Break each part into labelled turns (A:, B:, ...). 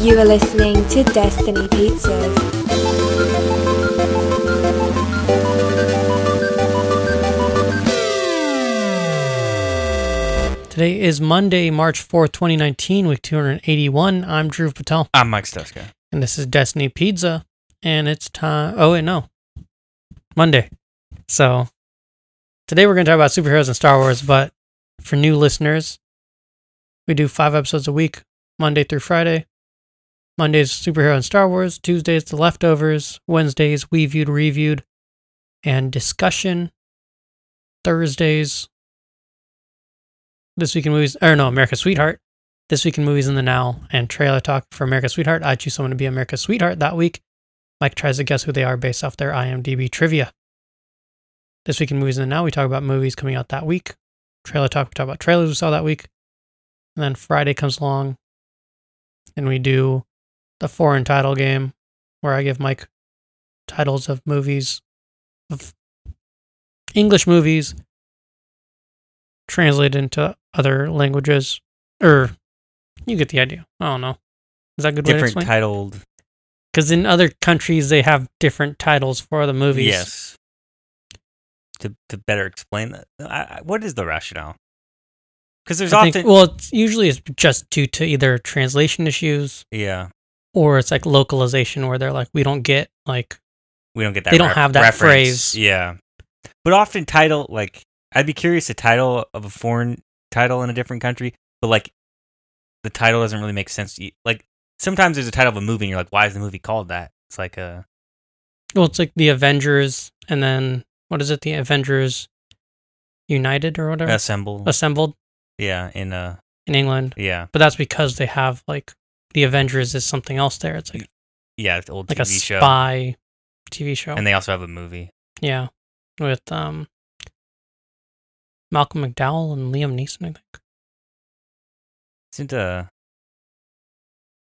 A: You are listening to Destiny Pizzas.
B: Today is Monday, March 4th, 2019, week 281. I'm Drew Patel,
C: I'm Mike Steska.
B: and this is Destiny Pizza. And it's time. Oh, wait, no. Monday. So today we're going to talk about superheroes and Star Wars, but for new listeners, we do five episodes a week, Monday through Friday. Monday's superhero and Star Wars, Tuesdays, the leftovers, Wednesdays, we viewed, reviewed, and discussion, Thursdays, this Week in Movies, or no, America's Sweetheart, This Week in Movies in the Now, and Trailer Talk for America's Sweetheart. I choose someone to be America's Sweetheart that week. Mike tries to guess who they are based off their IMDb trivia. This Week in Movies in the Now, we talk about movies coming out that week. Trailer Talk, we talk about trailers we saw that week. And then Friday comes along, and we do the foreign title game, where I give Mike titles of movies, of English movies, translated into other languages, or you get the idea. I don't know. Is that a good way to
C: Different
B: explain?
C: titled.
B: Because in other countries, they have different titles for the movies.
C: Yes. To to better explain that, I, I, what is the rationale? Because there's
B: I
C: often
B: think, well, it's usually it's just due to either translation issues
C: yeah
B: or it's like localization where they're like, we don't get like
C: we don't get that.
B: They don't
C: ref-
B: have that
C: reference.
B: phrase.
C: Yeah, but often title like I'd be curious the title of a foreign title in a different country, but like the title doesn't really make sense. to you. Like sometimes there's a title of a movie and you're like, why is the movie called that? It's like a
B: Well, it's like the Avengers, and then what is it? The Avengers United or whatever
C: assemble.
B: assembled
C: yeah, in uh
B: in England,
C: yeah
B: but that's because they have like the Avengers is something else there. It's like
C: yeah it's an old
B: like
C: TV
B: a
C: show,
B: spy TV show,
C: and they also have a movie.
B: yeah, with um Malcolm McDowell and Liam Neeson, I think.
C: Isn't uh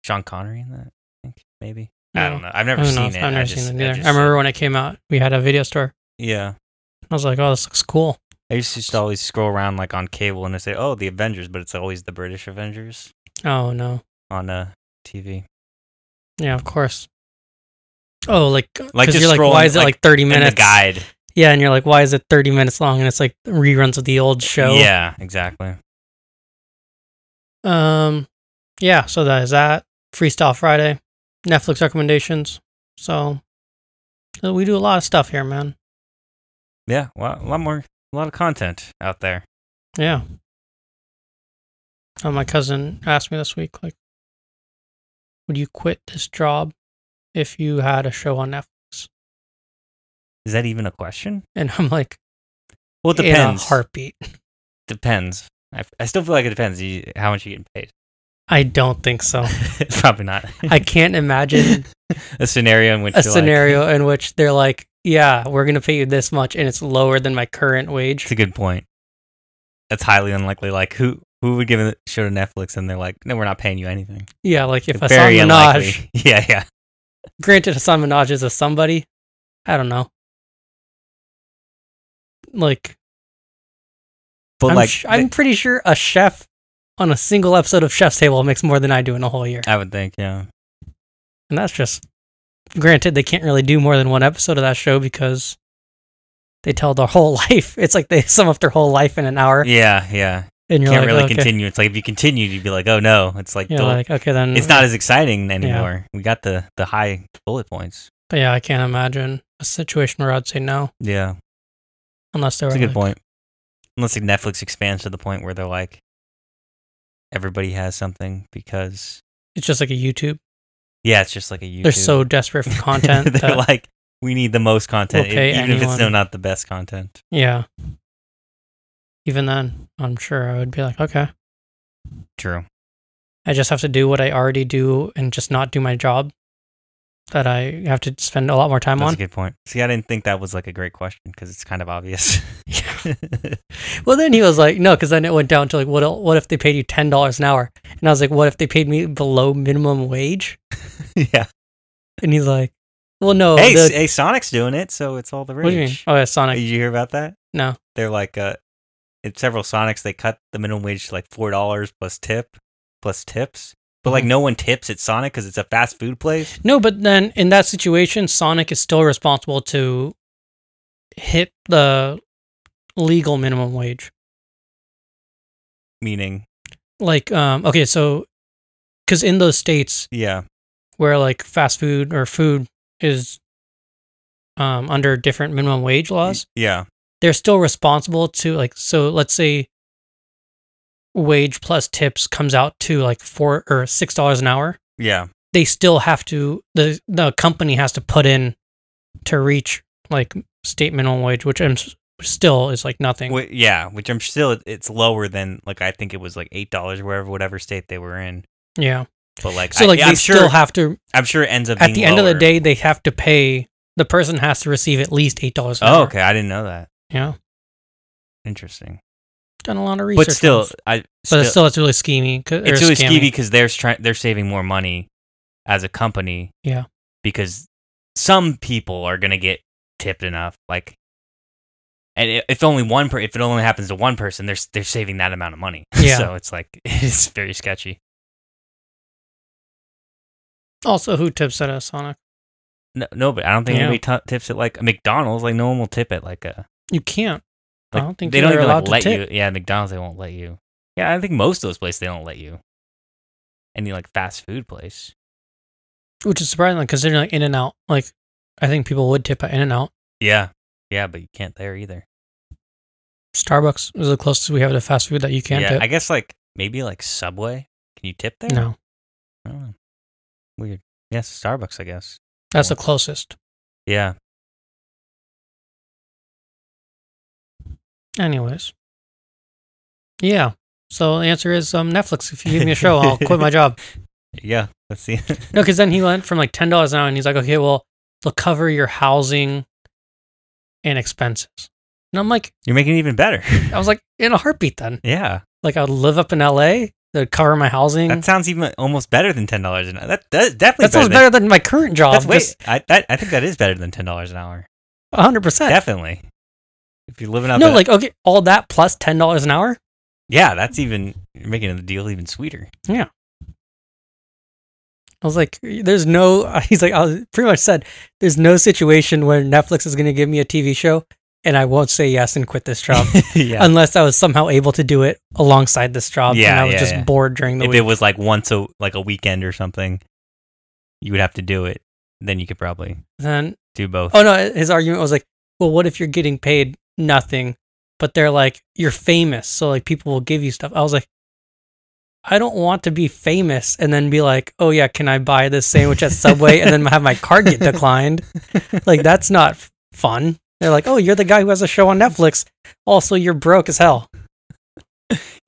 C: Sean Connery in that? I think maybe. I
B: Oh, No.
C: don't know. I've never
B: I don't know.
C: seen
B: if-
C: it.
B: I've never
C: just-
B: seen it
C: I
B: either.
C: just-
B: I remember when it came out, we had a video store.
C: Yeah,
B: I was like, "Oh, this looks cool."
C: I used to just always scroll around like on cable and they say, "Oh, the Avengers," but it's always the British Avengers
B: Oh no,
C: on uh TV.
B: yeah, of course. Oh, like
C: Like,
B: because
C: just
B: you're like, why
C: scrolling,
B: is it
C: like,
B: like thirty minutes?
C: And the guide.
B: Yeah, and you're like, why is it 30 minutes long? And it's like reruns of the old show.
C: Yeah, exactly.
B: Um, yeah. So that is that. Freestyle Friday, Netflix recommendations. So, so we do a lot of stuff here, man.
C: Yeah, well, a lot more, a lot of content out there.
B: Yeah. Uh, my cousin asked me this week, like, would you quit this job if you had a show on Netflix?
C: Is that even a question?
B: And I'm like,
C: Well, it
B: in a
C: depends.
B: heartbeat.
C: Depends. I, I still feel like it depends you, how much you're getting paid.
B: I don't think so.
C: Probably not.
B: I can't imagine
C: a scenario in which
B: a
C: you're like-
B: scenario in which they're like, yeah, we're going to pay you this much and it's lower than my current
C: It's
B: wage.
C: a good point. That's highly unlikely. Like who who would give a show to Netflix and they're like, no, we're not paying you anything.
B: Yeah, like if
C: It's very
B: Hassan Minaj,
C: unlikely. Yeah, yeah.
B: granted Hassan Minaj is a somebody, I don't know. Like,
C: But
B: I'm,
C: like,
B: sh- I'm pretty sure a chef on a single episode of Chef's Table makes more than I do in a whole year.
C: I would think, yeah,
B: And that's just, granted, they can't really do more than one episode of that show because they tell their whole life. It's like they sum up their whole life in an hour.
C: yeah, yeah.
B: And
C: You
B: you're
C: Can't
B: like, "Oh,
C: really
B: okay.
C: continue. It's like if you continue, you'd be like, oh no. It's like,
B: You're
C: the-
B: like, "Mm." okay, then.
C: it's not as exciting anymore. We got the the high bullet points.
B: But yeah, I can't imagine a situation where I'd say no
C: Yeah,
B: unless there were
C: that's a good
B: like-
C: point. Unless like, Netflix expands to the point where they're like, everybody has something because
B: It's just like a YouTube.
C: yeah, it's just like a YouTube.
B: They're so desperate for content.
C: They're
B: that,
C: like, we need the most content, e-
B: We'll pay
C: even if it's no,
B: anyone."
C: not the best content.
B: yeah. Even then, I'm sure I would be like, okay,
C: True.
B: I just have to do what I already do and just not do my job that I have to spend a lot more time
C: That's
B: on.
C: a good point. See, I didn't think that was like a great question because it's kind of obvious.
B: Well, then he was like, no, because then it went down to like, what? el- What if they paid you ten dollars an hour? And I was like, what if they paid me below minimum wage?
C: yeah.
B: And he's like, well, no.
C: hey,
B: Oh, the-
C: S- hey, Sonic's doing it, so it's all the rage.
B: what do you mean? Oh, yeah, Sonic.
C: Did you hear about that?
B: No.
C: They're like, uh, in several Sonics, they cut the minimum wage to like four dollars plus tip, plus tips, But
B: Mm-hmm.
C: like no one tips at Sonic because it's a fast food place.
B: No, but then in that situation, Sonic is still responsible to hit the legal minimum wage.
C: Meaning,
B: Like, um, okay, so because in those states
C: yeah,
B: where like fast food or food is um, under different minimum wage
C: Mm-hmm.
B: laws,
C: yeah,
B: they're still responsible to like. So let's say wage plus tips comes out to like four or six dollars an hour.
C: yeah,
B: they still have to the the company has to put in to reach like state minimum wage, which I'm s- still is like nothing.
C: Wh- yeah. Which I'm still it's lower than like I think it was like eight dollars wherever whatever state they were in.
B: Yeah,
C: But like,
B: so
C: I,
B: like they
C: I'm
B: still
C: sure
B: have to
C: I'm sure it ends up
B: at
C: being
B: the end of the
C: lower.
B: day they have to pay the person has to receive at least eight dollars.
C: Oh, okay. I didn't know that.
B: yeah,
C: Interesting.
B: done a lot of research,
C: But still,
B: on this.
C: I
B: but
C: still,
B: it's still it's really schemey. 'cause- or
C: it's really
B: scammy.
C: skeevy because they're trying they're saving more money as a company.
B: Yeah.
C: Because some people are gonna get tipped enough, like, and i- if only one per if it only happens to one person, they're s- they're saving that amount of money.
B: Yeah.
C: so it's like it's very sketchy.
B: Also, who tips at a Sonic?
C: No, no, but I don't think
B: Yeah.
C: anybody t- tips at like McDonald's. Like no one will tip at like a.
B: You can't.
C: Like,
B: I don't think
C: they
B: you're
C: don't even
B: allowed
C: like, let
B: to tip.
C: you. Yeah, McDonald's they won't let you. Yeah, I think most of those places they don't let you. Any like fast food place.
B: which is surprising like, considering like In and Out. Like, I think people would tip at In and Out.
C: Yeah, yeah, but you can't there either.
B: Starbucks is the closest we have to fast food that you can
C: yeah,
B: tip.
C: I guess like maybe like Subway. Can you tip there?
B: no,
C: I don't know. Weird. Yes, Starbucks. I guess.
B: that's the closest.
C: Yeah.
B: Anyways, yeah. So the answer is um, Netflix. If you give me a show, I'll quit my job.
C: Yeah. Let's see.
B: No, because then he went from like ten dollars an hour, and he's like, okay, well, they'll cover your housing and expenses. And I'm like,
C: You're making it even better.
B: I was like, in a heartbeat. Then,
C: yeah,
B: like, I would live up in L.A. They'd cover my housing.
C: that sounds even almost better than ten dollars an hour. That that's definitely
B: that sounds
C: better.
B: better than my current
C: Than,
B: job.
C: that's way.
B: just
C: I that, I think that is better than ten dollars an hour.
B: hundred percent.
C: Definitely. If you're living up.
B: No,
C: in-
B: like, okay, all that plus ten dollars an hour.
C: yeah, that's even you're making the deal even sweeter.
B: I was like, there's no, he's like, I was- pretty much said, there's no situation where Netflix is going to give me a TV show and I won't say yes and quit this job
C: yeah.
B: unless I was somehow able to do it alongside this job and
C: Yeah,
B: I was
C: yeah,
B: just
C: yeah.
B: bored during the
C: if
B: week.
C: it was like once a like a weekend or something, you would have to do it. Then you could probably
B: then,
C: do both.
B: oh no, his argument was like, well, what if you're getting paid nothing, but they're like, you're famous, so like people will give you stuff. I was like, I don't want to be famous and then be like, oh yeah, can I buy this sandwich at Subway and then have my card get declined? like that's not f- fun. They're like, oh, you're the guy who has a show on Netflix. Also, you're broke as hell.
C: I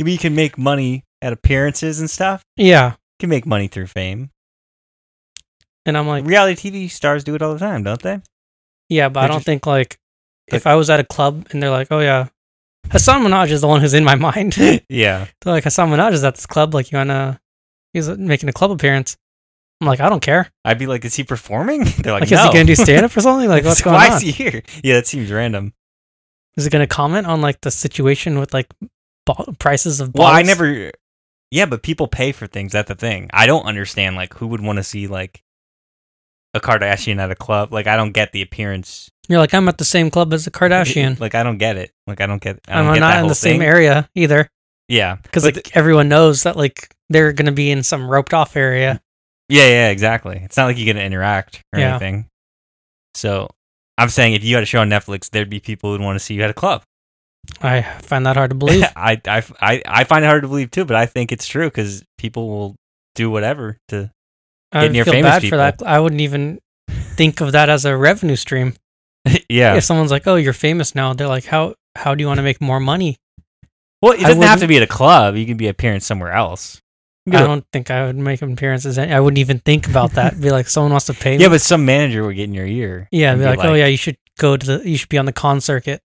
C: mean, you can make money at appearances and stuff.
B: Yeah,
C: You can make money through fame.
B: and I'm like,
C: Reality TV stars do it all the time, don't they?
B: yeah, but I
C: They're
B: don't
C: just-
B: think like if
C: Like-
B: I was at a club and they're like, oh yeah, Hassan Minaj is the one who's in my mind. they're
C: Yeah.
B: like, Hassan Minaj is at this club. Like, you wanna? He's making a club appearance. I'm like, I don't care.
C: I'd be like, is he performing? They're like,
B: Like,
C: no.
B: is he gonna do stand up or something? Like, what's going
C: Why
B: on?
C: is he here? Yeah, that seems random.
B: Is he gonna comment on like the situation with like bo- prices of?
C: Well, I
B: bottles?
C: never. Yeah, but people pay for things. That's the thing. I don't understand. Like, who would want to see like a Kardashian at a club? Like, I don't get the appearance.
B: You're like, I'm at the same club as the Kardashian.
C: Like, I don't get it. Like, I don't get. I don't
B: I'm
C: get that
B: not in
C: whole
B: the same
C: thing.
B: area either.
C: Yeah,
B: because
C: But
B: like everyone knows that like they're gonna be in some roped off area.
C: Yeah, yeah, exactly. It's not like you get to interact or
B: Yeah.
C: anything. So I'm saying if you had a show on Netflix, there'd be people who'd want to see you at a club.
B: I find that hard to believe.
C: I, I, I, I find it hard to believe too, but I think it's true because people will do whatever to.
B: I
C: Getting
B: would
C: your
B: feel
C: famous
B: bad for that. I wouldn't even think of that as a revenue stream.
C: yeah.
B: If someone's like, "Oh, you're famous now," they're like, "How how do you want to make more money?"
C: Well, it
B: I
C: doesn't have to
B: wouldn't-
C: be at a club. You can be appearance somewhere else. You
B: I
C: can be
B: don't think I would make appearances. I wouldn't even think about that. Be like, someone wants to pay.
C: like-
B: me.
C: yeah, but some manager would get in your ear.
B: yeah,
C: and
B: be like, "Oh yeah, you should go to the. You should be on the con circuit."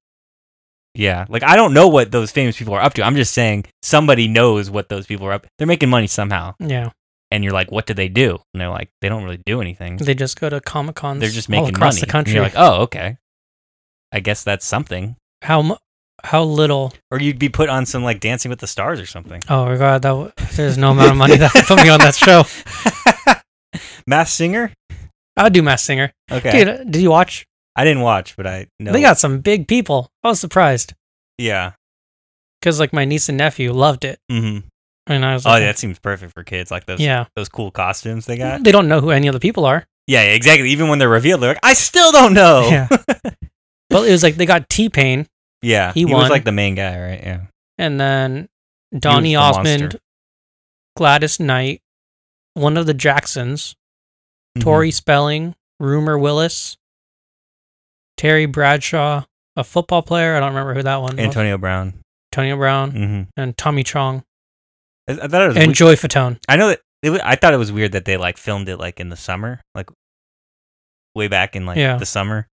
C: Yeah. Like, I don't know what those famous people are up to. I'm just saying somebody knows what those people are up They're making money somehow.
B: Yeah,
C: And you're like, what do they do? And they're like, they don't really do anything.
B: they just go to comic cons.
C: they're just making
B: all across
C: money
B: the
C: And oh.
B: country.
C: you're like, oh, okay. I guess that's something.
B: how mu- how little?
C: or you'd be put on some like Dancing with the Stars or something.
B: Oh my god, that w- there's no amount of money that would put me on that show.
C: Mass Singer.
B: I would do Mass Singer.
C: Okay,
B: Dude, did you watch?
C: I didn't watch, but I know.
B: They got some big people. I was surprised
C: yeah.
B: because like my niece and nephew loved it,
C: hmm
B: and I was
C: Oh,
B: like,
C: yeah, that seems perfect for kids. Like those,
B: yeah.
C: those cool costumes they got.
B: They don't know who any of the people are.
C: Yeah, yeah, exactly. Even when they're revealed, they're like, I still don't know.
B: Yeah. but it was like they got T Pain
C: Yeah,
B: He
C: he,
B: won.
C: was like the main guy, right? Yeah, Mm-hmm.
B: and then Donny
C: the
B: Osmond,
C: monster.
B: Gladys Knight, one of the Jacksons,
C: Mm-hmm.
B: Tori Spelling, Rumor Willis, Terry Bradshaw, a football player. I don't remember who that one
C: Mhm.
B: was.
C: Antonio Brown.
B: Antonio Brown,
C: hmm
B: and Tommy Chong,
C: I, I thought it was.
B: and
C: weird-
B: Joy Fatone.
C: I know that it was, I thought it was weird that they like filmed it like in the summer, like way back in like
B: Yeah.
C: the summer.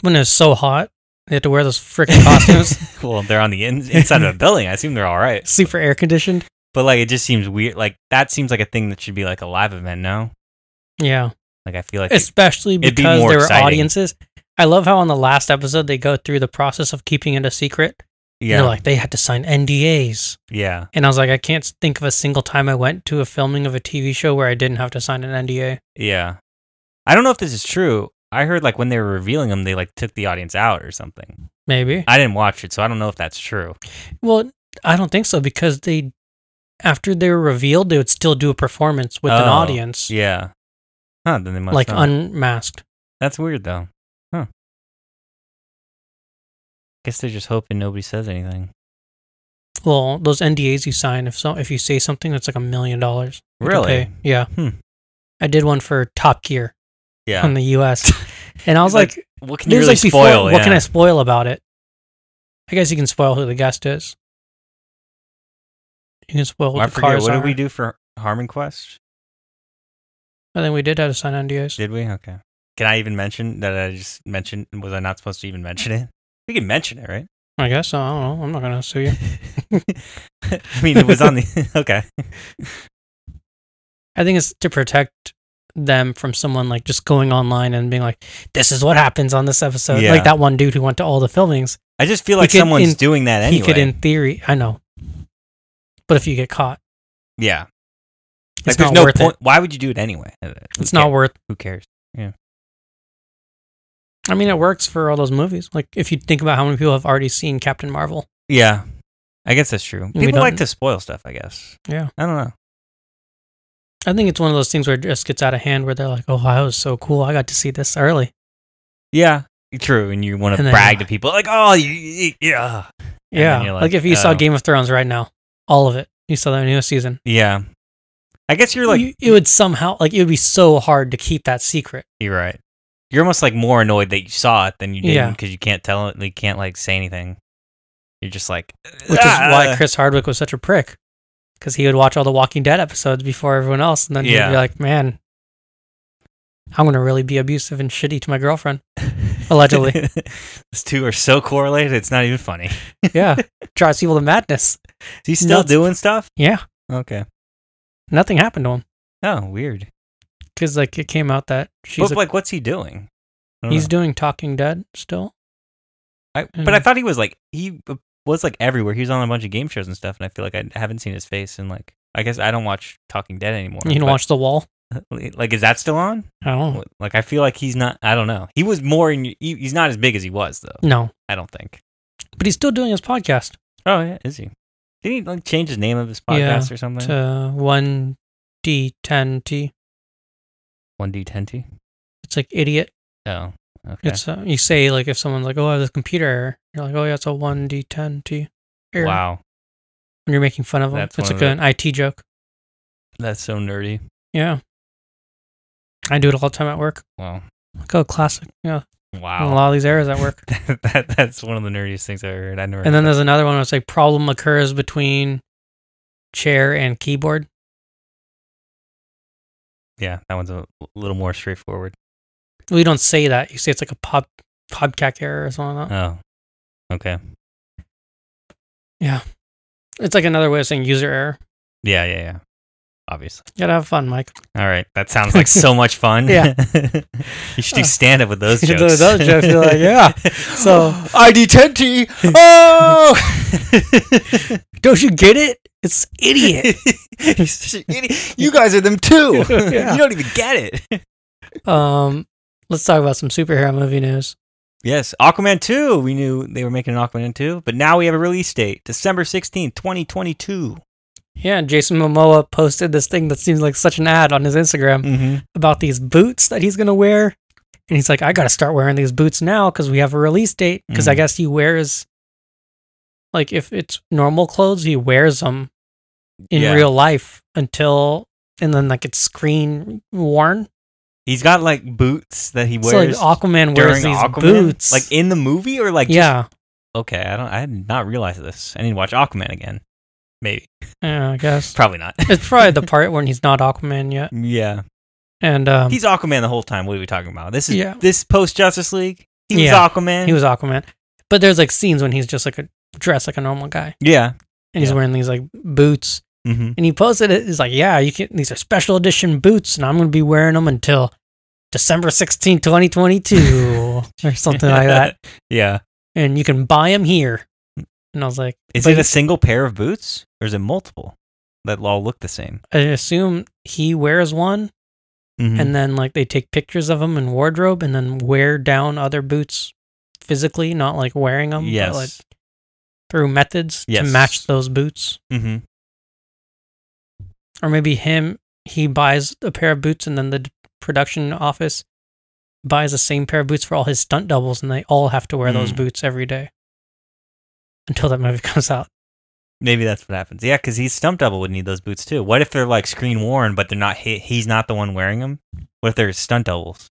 B: When it was so hot, they had to wear those freaking costumes.
C: well, they're on the in- inside of a building. I assume they're all right.
B: Super air conditioned.
C: But like, it just seems weird. Like that seems like a thing that should be like a live event. No,
B: Yeah.
C: like I feel like it-
B: Especially
C: it'd be
B: because
C: more
B: there were
C: exciting.
B: audiences. I love how on the last episode they go through the process of keeping it a secret.
C: yeah,
B: They're like, they had to sign NDAs.
C: yeah,
B: And I was like, I can't think of a single time I went to a filming of a TV show where I didn't have to sign an NDA.
C: yeah. I don't know if this is true. I heard like when they were revealing them, they like took the audience out or something.
B: Maybe.
C: I didn't watch it, so I don't know if that's true.
B: Well, I don't think so because they, after they were revealed, they would still do a performance with an
C: Oh,
B: audience,
C: Yeah. Huh? Then they must
B: like
C: not.
B: unmasked.
C: That's weird though. Huh. Guess they're just hoping nobody says anything.
B: Well, those NDAs you sign, if so, if you say something, that's like a million dollars. you have to
C: Really?
B: pay. Yeah.
C: Hmm.
B: I did one for Top Gear
C: Yeah.
B: on the U.S. and I was like,
C: Like, what can you
B: Hmm. there's
C: really
B: like before,
C: spoil?
B: what can I spoil about it? I guess you can spoil who the guest is. You can spoil what
C: I
B: the
C: forget.
B: cars
C: What
B: are.
C: did we do for Harmon Quest?
B: I think Oh, we did have to sign NDAs.
C: Did we? Okay. Can I even mention that I just mentioned? Was I not supposed to even mention it? We can mention it, right?
B: I guess so. I don't know. I'm not gonna sue you.
C: I mean, it was on the. Okay.
B: I think it's to protect them from someone like just going online and being like, "This is what happens on this episode."
C: Yeah.
B: Like that one dude who went to all the filmings.
C: I just feel
B: He
C: like
B: could
C: someone's
B: in-
C: doing that
B: He
C: anyway.
B: could, in theory, I know. But if you get caught,
C: yeah.
B: it's
C: there's
B: not
C: no
B: worth
C: point.
B: it.
C: Why would you do it anyway? Who
B: It's not
C: cares?
B: worth.
C: Who cares?
B: I mean, it works for all those movies. Like if you think about how many people have already seen Captain Marvel.
C: Yeah. I guess that's true.
B: We
C: People
B: don't-
C: like to spoil stuff. I guess.
B: Yeah.
C: I don't know.
B: I think it's one of those things where it just gets out of hand where they're like, oh, I was so cool. I got to see this early.
C: Yeah. True. And you want
B: And
C: to
B: then
C: brag
B: you're
C: to people like, oh, you, you- yeah, And then
B: yeah.
C: you're
B: Like,
C: like,
B: if you saw
C: oh.
B: Game of Thrones right now, all of it, you saw the newest season.
C: yeah. I guess you're like
B: You- it would somehow, like, it would be so hard to keep that secret.
C: You're right. You're almost like more annoyed that you saw it than you
B: Yeah.
C: didn't because you can't tell it. You can't like say anything. You're just like,
B: Which
C: "Ah."
B: is why Chris Hardwick was such a prick. Because he would watch all the Walking Dead episodes before everyone else. And then he'd
C: Yeah.
B: be like, man, I'm going to really be abusive and shitty to my girlfriend. Allegedly.
C: These "Ah." two are so correlated. It's not even funny. Is
B: yeah. Drives people to madness.
C: he still
B: Nuts.
C: doing stuff?
B: Yeah.
C: Okay.
B: Nothing happened to him.
C: Oh, weird.
B: Because, like, it came out that she's
C: but
B: a,
C: like, uh. what's he doing? I don't
B: he's
C: know.
B: doing Talking Dead still.
C: I, but
B: Mm.
C: I thought he was like he was like everywhere. He was on a bunch of game shows and stuff, and I feel like I haven't seen his face. And like, I guess I don't watch Talking Dead anymore.
B: You can
C: but-
B: watch The Wall.
C: Like, is that still on?
B: I don't know.
C: Like, I feel like he's not. I don't know. He was more in. He, he's not as big as he was though.
B: No,
C: I don't think.
B: but he's still doing his podcast
C: Oh yeah, is he? Did he like change his name of his
B: Yeah,
C: podcast or something?
B: to uh, one D ten T.
C: One D Ten T.
B: It's like idiot.
C: Oh, okay.
B: It's uh, you say like if someone's like, "Oh, I have this computer error," you're like, "Oh yeah, it's a one D ten T." Error.
C: wow,
B: When you're making fun of them,
C: That's
B: it's
C: one
B: like
C: of
B: an IT joke.
C: that's so nerdy.
B: Yeah, I do it all the time at work.
C: Wow,
B: Like, oh, classic. Yeah, and a
C: wow.
B: lot of these errors at work.
C: that, that- that's one of the nerdiest things I heard. I never.
B: and then there's another one where it's like problem occurs between chair and keyboard.
C: yeah, that one's a little more straightforward.
B: We don't say that. You say it's like a pop popcack error or something. Like that.
C: Oh, okay.
B: It's like another way of saying user error.
C: Yeah, yeah, yeah. obviously.
B: Gotta have fun, Mike.
C: All right, that sounds like so much fun.
B: Yeah.
C: you should do stand up with those
B: You should
C: jokes.
B: do those jokes, you're like, yeah. So-
C: ID10T. Oh,
B: Don't you get it? It's idiot.
C: You're such an idiot. you guys are them too.
B: Yeah.
C: You don't even get it.
B: um, let's talk about some superhero movie news.
C: Yes, Aquaman 2. We knew they were making an Aquaman 2, but now we have a release date, December 16th, 2022.
B: Yeah, Jason Momoa posted this thing that seems like such an ad on his Instagram
C: Mm-hmm.
B: about these boots that he's gonna wear, and he's like, I gotta start wearing these boots now because we have a release date. Because I
C: Mhm.
B: guess he wears, like, if it's normal clothes, he wears them in
C: Yeah.
B: real life until and then like it's screen worn.
C: He's got like boots that he
B: So like
C: wears
B: Aquaman
C: during
B: wears these
C: Aquaman,
B: boots,
C: like in the movie, or like just-
B: yeah,
C: okay, I don't. I did not realize this. I need to watch Aquaman again. Maybe.
B: yeah, I guess.
C: Probably not.
B: it's probably the part when he's not Aquaman yet.
C: yeah.
B: And um,
C: He's Aquaman the whole time. What are we talking about? This is
B: Yeah.
C: this post Justice League. He was
B: Yeah.
C: Aquaman.
B: he was Aquaman. But there's like scenes when he's just like a dressed like a normal guy
C: Yeah.
B: and he's
C: Yeah.
B: wearing these like boots.
C: hmm
B: And he posted it. He's like, Yeah, you can these are special edition boots and I'm gonna be wearing them until December 16, 2022 or something like that.
C: yeah.
B: And you can buy them here. And I was like,
C: Is
B: But
C: it
B: he-
C: a single pair of boots or is it multiple that all look the same?
B: I assume he wears one
C: Hmm. Mm-hmm.
B: and then like they take pictures of him in wardrobe and then wear down other boots physically, not like wearing them,
C: Yes.
B: but like through methods
C: Yes.
B: to match those boots.
C: mm-hmm.
B: Or maybe him, he buys a pair of boots and then the d- production office buys the same pair of boots for all his stunt doubles and they all have to wear those
C: Mm.
B: boots every day until that movie comes out.
C: Maybe that's what happens. Yeah, because he's stump double would need those boots too. What if they're like screen worn, but they're not? He, he's not the one wearing them. What if they're stunt doubles?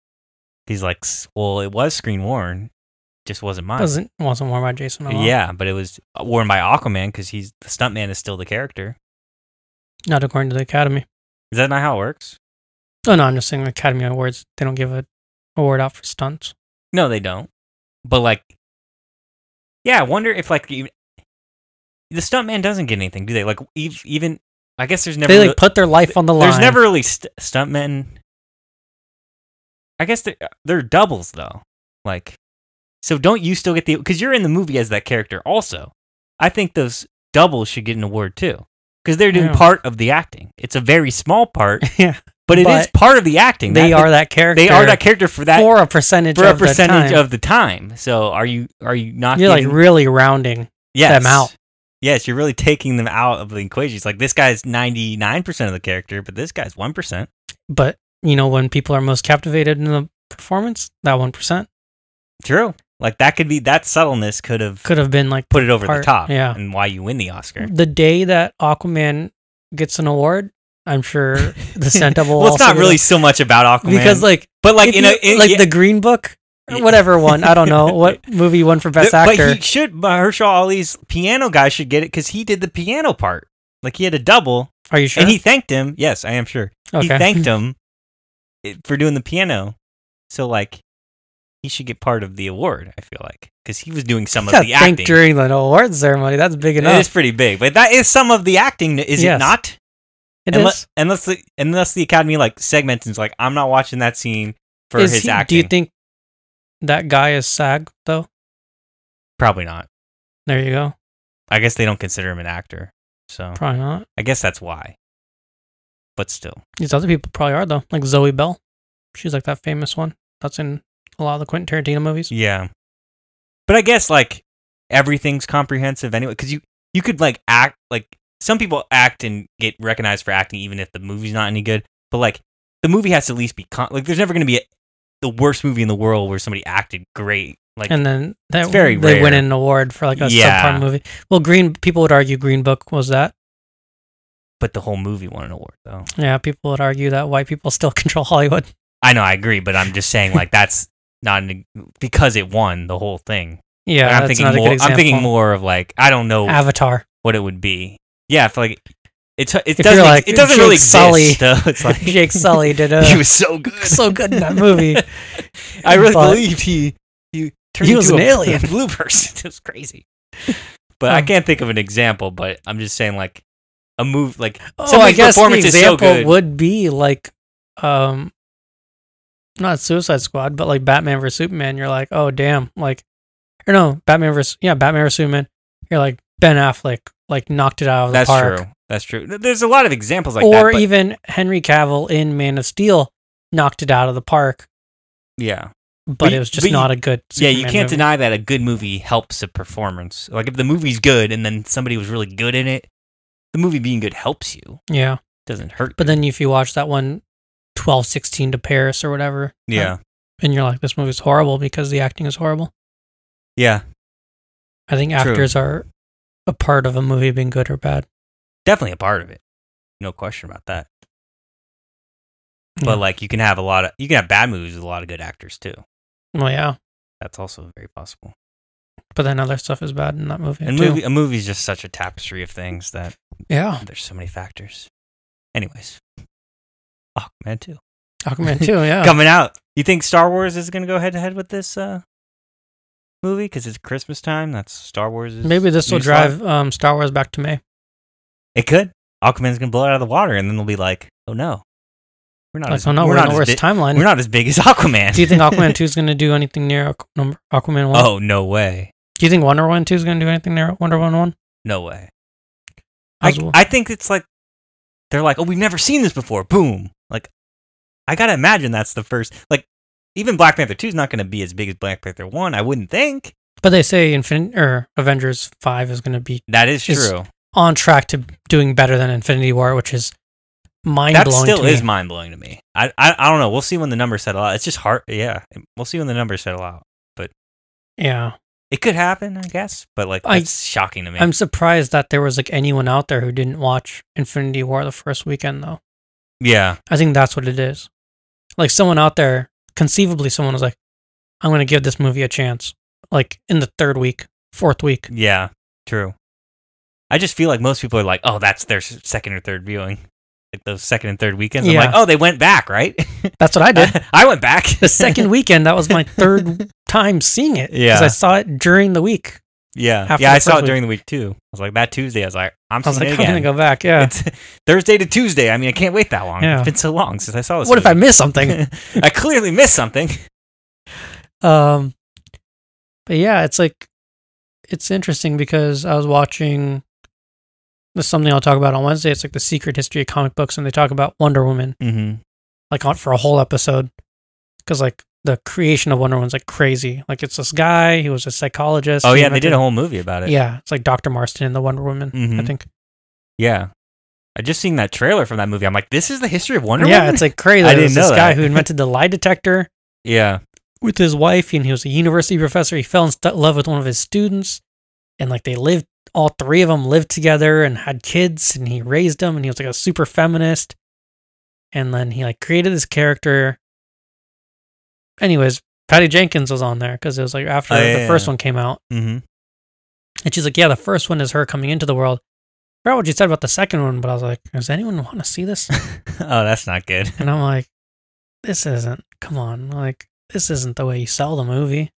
C: He's like, "S- well, it was screen worn, just wasn't mine.
B: Wasn't wasn't worn by Jason Momoa.
C: Yeah, but it was worn by Aquaman because he's the stuntman is still the character.
B: not according to the Academy.
C: Is that not how it works?
B: Oh no, I'm just saying the Academy Awards. They don't give a award out for stunts.
C: No, they don't. But like, yeah, I wonder if like even, the stuntman doesn't get anything, do they? Like ev- even I guess there's never
B: they
C: really-
B: like put their life on the line.
C: There's never really st- stuntmen. I guess they're, they're doubles though. Like, so don't you still get the? Because you're in the movie as that character. Also, I think those doubles should get an award too, because they're doing
B: Yeah.
C: part of the acting. It's a very small part,
B: yeah.
C: but it is
B: But
C: part of the acting.
B: they
C: That-
B: are that character.
C: they are that character for that
B: for a percentage
C: for a
B: of the
C: percentage
B: time.
C: of the time. So are you are you not?
B: You're like
C: getting-
B: really rounding.
C: yes.
B: them out.
C: Yes, you're really taking them out of the equation. It's like this guy's ninety nine percent of the character, but this guy's one percent.
B: But you know when people are most captivated in the performance, that one percent
C: True. Like that could be that subtleness could have
B: could have been like
C: put it over
B: part-
C: the top.
B: yeah.
C: And why you win the Oscar.
B: the day that Aquaman gets an award. I'm sure the Sentinel.
C: Well, it's not really so much about Aquaman
B: because like
C: but like
B: if
C: in
B: you-
C: a in,
B: like
C: yeah,
B: the Green Book, or
C: Yeah.
B: whatever one I don't know what movie won for best
C: but-
B: actor.
C: But he should Herschel Ali's piano guy should get it because he did the piano part. Like he had a double,
B: are you sure?
C: and he thanked him. Yes, I am sure. He thanked him i- for doing the piano. So like, he should get part of the award. I feel like because he was doing some
B: He
C: of
B: got
C: the
B: thanked
C: acting.
B: during the award ceremony. That's big
C: It
B: enough.
C: is pretty big, but that is some of the acting, is
B: Yes.
C: it not?
B: It
C: unless,
B: is.
C: unless the unless the academy like segments and is like, I'm not watching that scene for
B: Is
C: his
B: he-
C: acting.
B: Do you think that guy is SAG though?
C: Probably not.
B: There you go.
C: I guess they don't consider him an actor, so
B: Probably not.
C: I guess that's why. But still,
B: These other people probably are though, like Zoe Bell. She's like that famous one that's in a lot of the Quentin Tarantino movies.
C: yeah. But I guess like everything's comprehensive anyway, because you you could like act like some people act and get recognized for acting even if the movie's not any good. But like the movie has to at least be con- like there's never going to be a, the worst movie in the world where somebody acted great. Like
B: and then that
C: It's very
B: they win
C: rare.
B: an award for like a
C: Yeah.
B: subpar movie. Well, Green people would argue Green Book was that.
C: but the whole movie won an award though.
B: Yeah, people would argue that white people still control Hollywood.
C: I know, I agree, but I'm just saying like that's not an, e, because it won the whole thing.
B: Yeah,
C: Like, I'm
B: that's
C: thinking
B: not a
C: more.
B: good example.
C: I'm thinking more of like I don't know
B: Avatar.
C: what it would be. Yeah, if like it t- it
B: you're
C: doesn't
B: like,
C: ex- it doesn't
B: Jake
C: really
B: Sully-
C: exist. Though. It's like
B: Jake Sully did a
C: he was so good,
B: so good in that movie.
C: I really
B: But-
C: believed he he turned
B: He was
C: into
B: an
C: a
B: alien.
C: blue person. It was crazy. But I
B: Um,
C: can't think of an example. But I'm just saying like a move like
B: Oh, I
C: somebody's
B: guess the
C: performance is so
B: example
C: good.
B: would be like, um, not Suicide Squad, but like Batman vs Superman. You're like, oh damn, like, or no, Batman vs yeah, Batman vs Superman. You're like Ben Affleck, like knocked it out of the
C: That's
B: park,
C: true. That's true. Th- There's a lot of examples like
B: or
C: that. but-
B: even Henry Cavill in Man of Steel knocked it out of the park,
C: yeah,
B: but,
C: you-
B: it was
C: but
B: just
C: you-
B: not a good.
C: yeah. You
B: Superman
C: can't
B: movie.
C: deny that a good movie helps a performance. Like if the movie's good and then somebody was really good in it, the movie being good helps you.
B: Yeah,
C: doesn't hurt.
B: but
C: you.
B: then if you watch that one, twelve sixteen to Paris or whatever,
C: yeah,
B: and you're like, this movie's horrible because the acting is horrible.
C: yeah,
B: I think
C: True.
B: actors are a part of a movie being good or bad.
C: definitely a part of it. No question about that.
B: Yeah.
C: But like, you can have a lot of you can have bad movies with a lot of good actors too.
B: Well, yeah,
C: That's also very possible.
B: but then other stuff is bad in that movie
C: And
B: too.
C: movie, a movie's just such a tapestry of things that
B: yeah,
C: there's so many factors. Anyways, Aquaman two
B: Aquaman too. Yeah,
C: coming out. You think Star Wars is going to go head to head with this uh, movie because it's Christmas time? That's Star Wars.
B: maybe this will drive um, Star Wars back to May.
C: It could. Aquaman's going to blow it out of the water, and then they'll be like, "Oh no, we're not.
B: Like,
C: as,
B: oh no, we're, on
C: not
B: the
C: as
B: worst
C: big-
B: timeline.
C: We're not as big as Aquaman.
B: do you think Aquaman two is going to do anything near Aqu- number- Aquaman one?
C: oh no way,
B: Do you think Wonder Woman two is going to do anything near Wonder Woman one?
C: no way. I,
B: How's-
C: I think it's like they're like, oh, we've never seen this before. Boom. Like, I gotta imagine that's the first. Like, even Black Panther two is not gonna be as big as Black Panther one. I wouldn't think.
B: but they say Infin- or Avengers five is going to be
C: That is
B: It's
C: true.
B: on track to doing better than Infinity War, which is mind
C: That
B: blowing.
C: still
B: to
C: is
B: me.
C: mind blowing to me. I, I I don't know. We'll see when the numbers settle out. It's just hard. Yeah, we'll see when the numbers settle out.
B: yeah.
C: It could happen, I guess. But like,
B: I-
C: it's shocking to me.
B: I'm surprised that there was like anyone out there who didn't watch Infinity War the first weekend though.
C: yeah,
B: I think that's what it is. Like someone out there, conceivably someone was like, I'm gonna give this movie a chance. Like in the third week, fourth week.
C: yeah, true. I just feel like most people are like, oh, that's their s- second or third viewing. Like those second and third weekends.
B: Yeah.
C: I'm like, oh, they went back, right?
B: That's what I did.
C: I went back.
B: the second weekend, that was my third time seeing it. Because
C: Yeah.
B: I saw it during the week.
C: Yeah,
B: After
C: yeah.
B: the
C: I saw
B: first
C: it
B: week.
C: during the week too. I was like that Tuesday. I was like, I'm
B: I was
C: seeing
B: like,
C: it
B: I'm
C: again.
B: gonna go back. Yeah.
C: It's Thursday to Tuesday. I mean, I can't wait that long.
B: Yeah.
C: It's been so long since I saw this.
B: What if I miss something?
C: I? I clearly missed something.
B: Um, but yeah, it's like it's interesting because I was watching. There's something I'll talk about on Wednesday. It's like the secret history of comic books, and they talk about Wonder Woman
C: Mm-hmm.
B: like on for a whole episode because like the creation of Wonder Woman's like crazy. Like it's this guy who was a psychologist.
C: Oh
B: He
C: yeah, they did a
B: invented-
C: whole movie about it.
B: Yeah, it's like Doctor Marston and the Wonder Woman. I
C: Mhm.
B: think.
C: yeah. I just seen that trailer from that movie. I'm like, this is the history of Wonder
B: yeah,
C: Woman.
B: it's like crazy.
C: I
B: There was
C: didn't know
B: this guy
C: that.
B: who invented the lie detector
C: yeah,
B: with his wife, and he was a university professor. He fell in st- love with one of his students, and like they lived, all three of them lived together and had kids, and he raised them, and he was like a super feminist. And then he like created this character. Anyways, Patty Jenkins was on there because it was like after
C: Oh, yeah,
B: the
C: yeah,
B: first
C: yeah.
B: one came out,
C: mm-hmm.
B: and she's like, "Yeah, the first one is her coming into the world." I forgot what you said about the second one, but I was like, "Does anyone want to see this?"
C: oh, that's not good.
B: And I'm like, this isn't, come on, like, this isn't the way you sell the movie.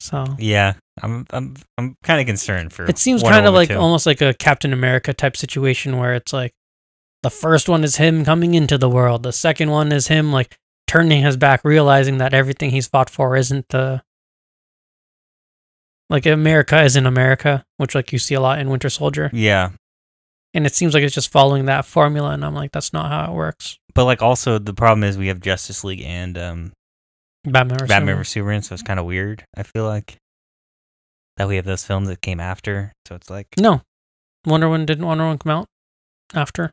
B: So
C: Yeah, I'm I'm I'm kind of concerned for.
B: it seems
C: Wonder
B: kind of
C: Woman
B: like
C: 2.
B: almost like a Captain America type situation where it's like the first one is him coming into the world, the second one is him like turning his back, realizing that everything he's fought for isn't the. Like America isn't America, which like you see a lot in Winter Soldier,
C: yeah,
B: and it seems like it's just following that formula, and I'm like, that's not how it works.
C: but like also the problem is we have Justice League and um
B: Batman. versus
C: Batman
B: Superman.
C: vs Superman, so it's kind of weird. I feel like that we have those films that came after, so it's like
B: No. Wonder Woman didn't Wonder Woman come out after?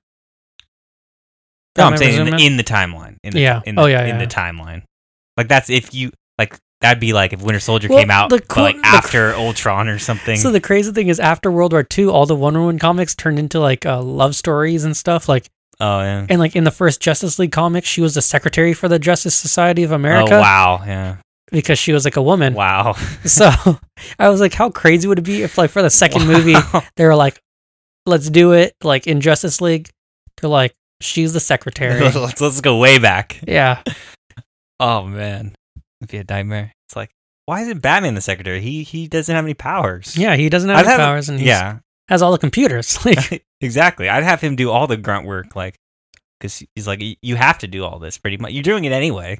C: no, I'm
B: Batman
C: saying in
B: vs
C: the, in the timeline. In the,
B: Yeah.
C: In the,
B: Oh, yeah,
C: In
B: yeah.
C: the timeline, like that's if you like that'd be like if Winter Soldier
B: Well,
C: came out,
B: the
C: but like
B: cool- the-
C: after Ultron or something.
B: So the crazy thing is after World War II, all the Wonder Woman comics turned into like uh, love stories and stuff. Like
C: oh yeah.
B: and like in the first Justice League comic, she was the secretary for the Justice Society of America
C: Oh wow. Yeah.
B: because she was like a woman.
C: Wow.
B: So I was like, how crazy would it be if like for the second movie
C: Wow.
B: they were like, let's do it. Like in Justice League, they're like, she's the secretary.
C: let's let's go way back.
B: yeah.
C: Oh man, it'd be a nightmare. It's like why isn't Batman the secretary? He he doesn't have any powers.
B: Yeah, he doesn't have
C: I've
B: any
C: had-
B: powers and he's
C: Yeah.
B: has all the computers. Like,
C: exactly. I'd have him do all the grunt work, like, because he's like, "Y- you have to do all this pretty much. You're doing it anyway.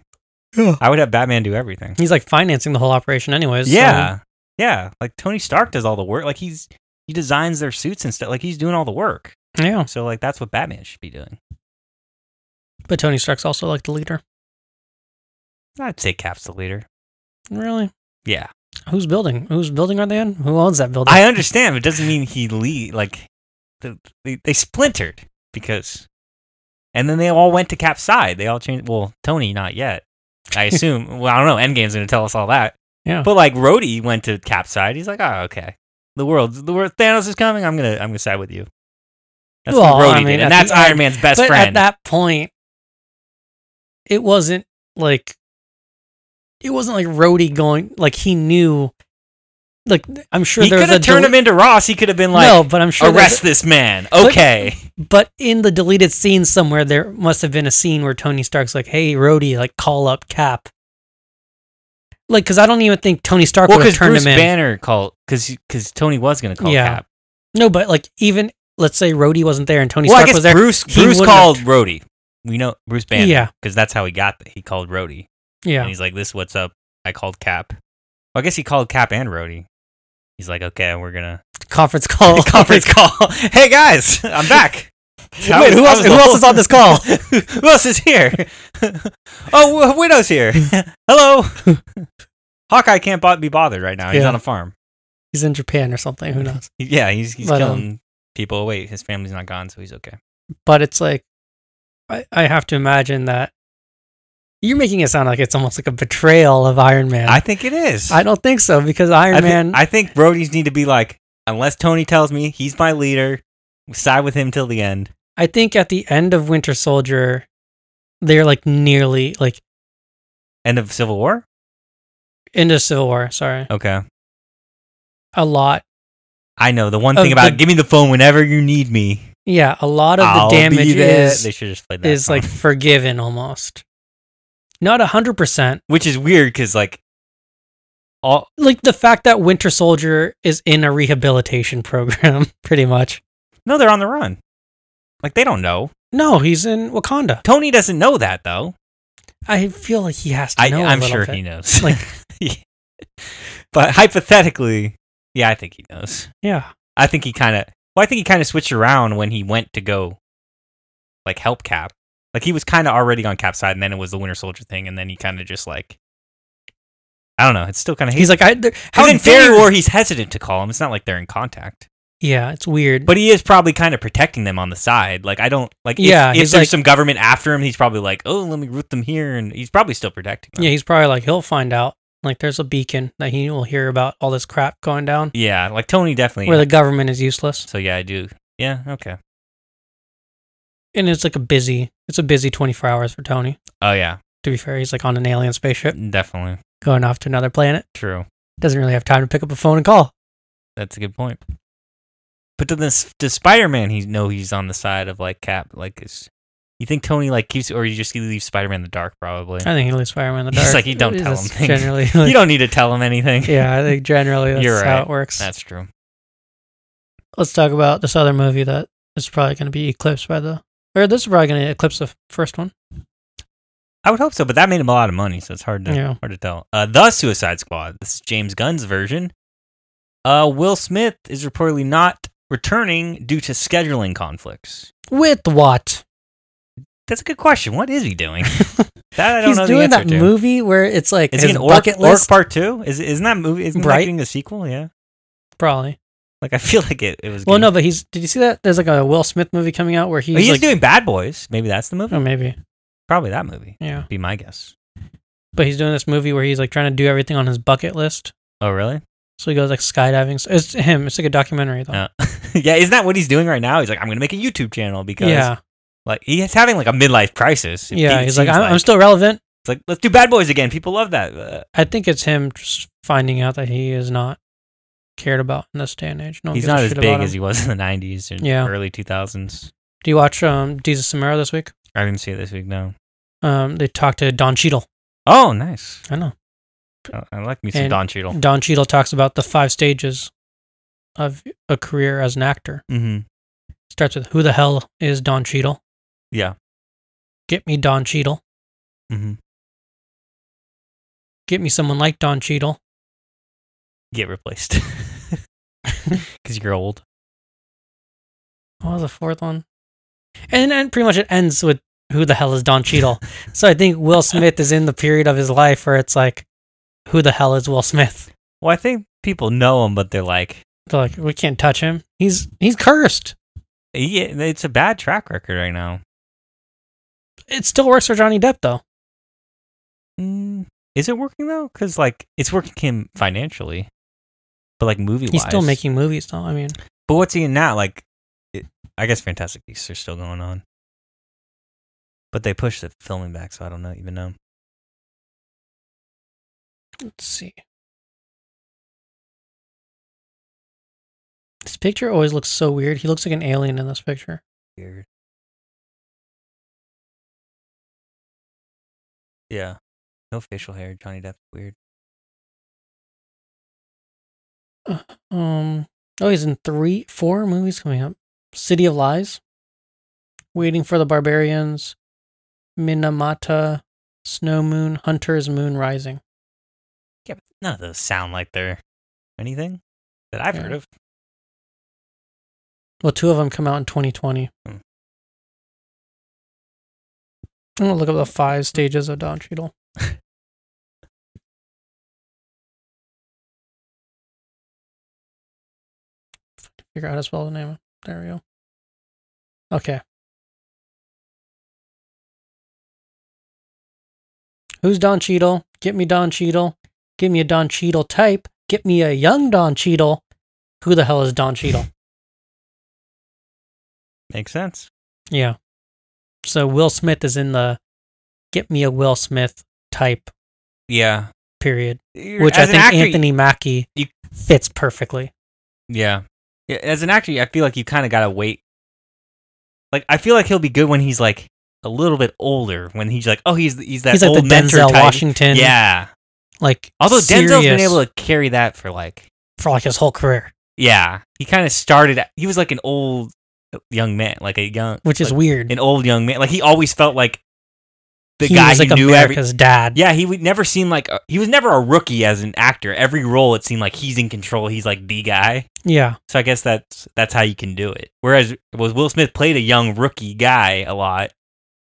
B: Yeah.
C: I would have Batman do everything.
B: he's like financing the whole operation, anyways. so-
C: yeah, yeah. Like Tony Stark does all the work. Like he's he designs their suits and stuff. Like he's doing all the work.
B: yeah.
C: So like that's what Batman should be doing.
B: But Tony Stark's also like the leader.
C: I'd say Cap's the leader.
B: Really?
C: Yeah,
B: Whose building? Whose building are they in? Who owns that building?
C: I understand, but it doesn't mean he lead. Like the, they, they splintered because, and then they all went to Cap's side. They all changed. Well, Tony not yet. I assume. well, I don't know. Endgame's going to tell us all that.
B: Yeah.
C: But like Rhodey went to Cap's side. He's like, oh okay, the world, the world, Thanos is coming. I'm gonna, I'm gonna side with you. That's
B: Well,
C: what Rhodey
B: I mean, at
C: did, and
B: the
C: that's Iron
B: end-
C: Man's best
B: but
C: friend.
B: at that point, it wasn't like it wasn't like Rhodey going like he knew. Like I'm sure
C: he
B: there
C: could
B: was a
C: have turned
B: dele-
C: him into Ross. He could have been like,
B: no, but I'm sure there's-
C: arrest this man.
B: But-
C: Okay.
B: But in the deleted scene somewhere, there must have been a scene where Tony Stark's like, "Hey, Rhodey, like call up Cap." Like, because I don't even think Tony Stark
C: well,
B: would have
C: because
B: turned
C: Bruce
B: him in.
C: Banner called because because Tony was gonna call
B: Yeah.
C: Cap.
B: no, but like even let's say Rhodey wasn't there and Tony
C: well, I
B: Stark
C: guess
B: was there.
C: Bruce
B: he
C: Bruce
B: wouldn't have-
C: called Rhodey. We know Bruce Banner.
B: Yeah.
C: because that's how he got. The, he called Rhodey,
B: yeah,
C: and he's like, "This what's up." I called Cap. Well, I guess he called Cap and Rhodey. He's like, "Okay, we're gonna
B: conference call.
C: conference call. hey guys, I'm back." I
B: Wait,
C: was-
B: who
C: I
B: else?
C: was
B: Who
C: the
B: else
C: whole-
B: is on this call?
C: who else is here? oh, w- Widow's here. Hello. Hawkeye can't bo- be bothered right now. He's
B: Yeah.
C: on a farm.
B: He's in Japan or something. Who knows?
C: Yeah, he's he's
B: But, um,
C: killing people. Wait, his family's not gone, so he's okay.
B: But it's like, I, I have to imagine that you're making it sound like it's almost like a betrayal of Iron Man.
C: I think it is.
B: I don't think so because Iron
C: I thi-
B: Man.
C: I think Brody's need to be like, unless Tony tells me he's my leader, side with him till the end.
B: I think at the end of Winter Soldier, they're like nearly like
C: End of Civil War.
B: end of Civil War. Sorry,
C: Okay,
B: a lot.
C: I know the one
B: Of
C: thing about
B: the-
C: give me the phone whenever you need me.
B: Yeah, a lot of
C: I'll
B: the
C: be
B: damage
C: there.
B: is
C: they should just play that.
B: is
C: song.
B: like forgiven almost. Not a hundred percent.
C: which is weird because like all
B: Like the fact that Winter Soldier is in a rehabilitation program, pretty much.
C: No, they're on the run. Like they don't know.
B: No, he's in Wakanda.
C: Tony doesn't know that though.
B: I feel like he has to
C: I,
B: know.
C: I'm
B: a little
C: sure
B: bit.
C: he knows.
B: Like-
C: but hypothetically, yeah, I think he knows.
B: Yeah,
C: I think he kind of. Well, I think he kind of switched around when he went to go, like help Cap. Like he was kind of already on Cap's side, and then it was the Winter Soldier thing, and then he kind of just like, I don't know. It's still kind of.
B: he's like, I. there- How dare
C: in Infinity
B: you-
C: War, he's hesitant to call him. It's not like they're in contact.
B: Yeah, it's weird.
C: But he is probably kind of protecting them on the side. Like I don't like. If,
B: Yeah,
C: if
B: he's
C: there's
B: like-
C: some government after him, he's probably like, oh, let me root them here, and he's probably still protecting them.
B: Yeah, he's probably like, he'll find out. Like, there's a beacon that he will hear about all this crap going down
C: yeah, like Tony definitely.
B: where the government is useless.
C: so yeah, I do. Yeah, okay.
B: And it's like a busy, it's a busy 24 hours for Tony.
C: Oh yeah,
B: To be fair, he's like on an alien spaceship
C: definitely
B: going off to another planet.
C: true.
B: Doesn't really have time to pick up a phone and call.
C: That's a good point. But then this, does Spider-Man, he know he's on the side of like Cap. Like, is you think Tony like keeps, or you just leave Spider-Man in the dark? Probably.
B: I think he leaves Fireman in the
C: He's
B: dark.
C: like, you don't tell him
B: Just
C: things.
B: Generally,
C: you don't need to tell him anything.
B: yeah, I think generally that's
C: You're
B: how
C: right.
B: it works.
C: that's true.
B: Let's talk about this other movie that is probably going to be eclipsed by the, or this is probably going to eclipse the f- first one.
C: I would hope so, but that made him a lot of money, so it's hard to
B: Yeah.
C: hard to tell. Uh, the Suicide Squad. This is James Gunn's version. Uh, Will Smith is reportedly not returning due to scheduling conflicts.
B: With what?
C: That's a good question. What is he doing? that I don't
B: He's
C: know
B: doing
C: the
B: that
C: answer to.
B: movie where it's like
C: Is
B: his
C: he an orc,
B: bucket
C: orc
B: list.
C: part two? Is isn't that movie? Isn't
B: Right.
C: that getting a sequel? Yeah.
B: probably.
C: Like I feel like it. It was.
B: Well, no,
C: getting-
B: but he's. Did you see that? There's like a Will Smith movie coming out where he's,
C: Oh, he's
B: like,
C: doing Bad Boys. Maybe that's the movie.
B: Oh, maybe.
C: Probably that movie.
B: Yeah,
C: Be my guess.
B: but he's doing this movie where he's like trying to do everything on his bucket list.
C: Oh really?
B: So he goes like skydiving. So It's him. It's like a documentary though.
C: Uh, yeah. Isn't that what he's doing right now? He's like, I'm gonna make a YouTube channel because
B: yeah,
C: Like he's having like a midlife crisis. It
B: yeah.
C: be-
B: He's like,
C: seems
B: I'm, I'm still relevant.
C: It's like let's do Bad Boys again. People love that. Uh,
B: I think it's him just finding out that he is not cared about in this day and age. No, one
C: he's
B: gives a
C: not as
B: shit about
C: big
B: him.
C: as he was in the '90s and
B: Yeah.
C: early 2000s.
B: Do you watch um Jesus Samara this week?
C: I didn't see it this week. No.
B: Um, they talked to Don Cheadle.
C: Oh, nice.
B: I know
C: I, I like me some
B: And-
C: Don Cheadle.
B: Don Cheadle talks about the five stages of a career as an actor.
C: Mm-hmm.
B: Starts with Who the hell is Don Cheadle?
C: Yeah.
B: Get me Don Cheadle.
C: Mm-hmm.
B: Get me someone like Don Cheadle.
C: Get replaced because you're old.
B: What was the fourth one? And and pretty much it ends with Who the hell is Don Cheadle? so I think Will Smith is in the period of his life where it's like, Who the hell is Will Smith?
C: Well, I think people know him, but they're like,
B: They're like, we can't touch him. He's he's cursed.
C: yeah, it's a bad track record right now.
B: It still works for Johnny Depp though.
C: Mm, is it working though? Because like it's working him financially, but like movie
B: He's still making movies though. I mean,
C: But what's he in now? Like, it, I guess Fantastic Beasts are still going on, but they pushed the filming back, so I don't know even know.
B: let's see. This picture always looks so weird. He looks like an alien in this picture.
C: Weird. Yeah, no facial hair. Johnny Depp weird.
B: Um, oh, he's in three, four movies coming up: City of Lies, Waiting for the Barbarians, Minamata, Snow Moon, Hunter's Moon Rising.
C: Yeah, but none of those sound like they're anything that I've
B: Yeah.
C: heard of.
B: Well, two of them come out in 2020.
C: Hmm.
B: I'm gonna look up the five stages of Don Cheadle. Figure out how to spell the name. There we go. Okay. Who's Don Cheadle? Get me Don Cheadle. Give me a Don Cheadle type. Get me a young Don Cheadle. Who the hell is Don Cheadle?
C: Makes sense.
B: Yeah. So Will Smith is in the get me a Will Smith type
C: Yeah,
B: period,
C: You're-
B: which I
C: as an
B: think
C: actor,
B: Anthony Mackie
C: you-
B: fits perfectly.
C: Yeah. Yeah, as an actor, I feel like you kind of gotta wait. Like, I feel like he'll be good when he's like a little bit older. When he's like, oh, he's he's that
B: He's like
C: old
B: the
C: mentor
B: Denzel
C: type.
B: Washington.
C: Yeah.
B: Like
C: Although Denzel's been
B: serious
C: able to carry that for like,
B: for like his whole career,
C: yeah, he kind of started. He was like an old young man, like a young,
B: which is
C: like,
B: weird.
C: an old young man. Like he always felt like the
B: he
C: guy
B: was like
C: who knew every.
B: America's dad.
C: Yeah, he would never seem like a, he was never a rookie as an actor. Every role, it seemed like he's in control. He's like the guy.
B: Yeah.
C: So I guess that's that's how you can do it. Whereas was Will Smith played a young rookie guy a lot.